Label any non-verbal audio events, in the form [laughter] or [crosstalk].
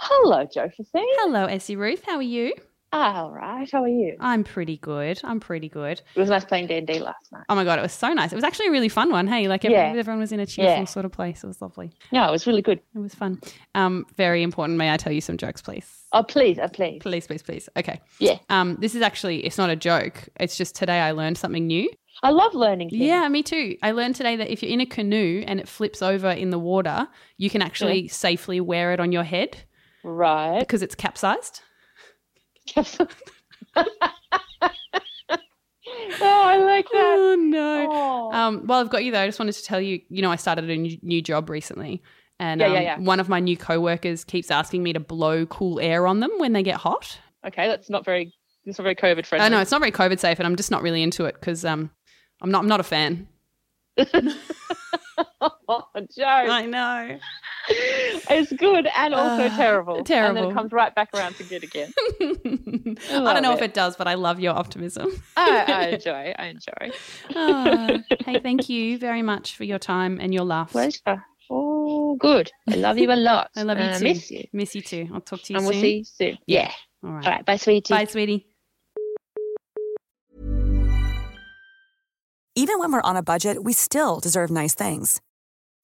Hello, Josephine. Hello, Essie Ruth. How are you? All right. How are you? I'm pretty good. I'm pretty good. It was nice playing D&D last night. Oh my god, it was so nice. It was actually a really fun one. Hey, like everyone, Yeah. everyone was in a cheerful Yeah. sort of place. It was lovely. Yeah, it was really good. It was fun. Um, very important. May I tell you some jokes, please? Oh, please, oh, please. Please, please, please. Okay. Yeah. Um, this is actually it's not a joke. It's just today I learned something new. I love learning things. Yeah, me too. I learned today that if you're in a canoe and it flips over in the water, you can actually safely wear it on your head Right. [laughs] because it's capsized. oh, I like that. [laughs] Oh no. Oh. Um, well, I've got you though. I just wanted to tell you, you know, I started a new, new job recently, and Yeah, um, yeah, yeah. one of my new coworkers keeps asking me to blow cool air on them when they get hot. okay, that's not very that's not very COVID friendly. I know it's not very COVID safe, and I'm just not really into it because um, I'm not I'm not a fan. [laughs] Oh, Joe. [laughs] know. It's good and also Uh, terrible. And then terrible. it comes right back around to good [laughs] again. I don't know if it does, but I love your optimism. I, [laughs] I enjoy. I enjoy. [laughs] Ah, hey, thank you very much for your time and your laughs. Pleasure. Oh, good. I love you a lot. I love you And I too. miss you. Miss you too. I'll talk to you and soon. we'll see you soon. Yeah. All right. All right. Bye, sweetie. Bye, sweetie. Even when we're on a budget, we still deserve nice things.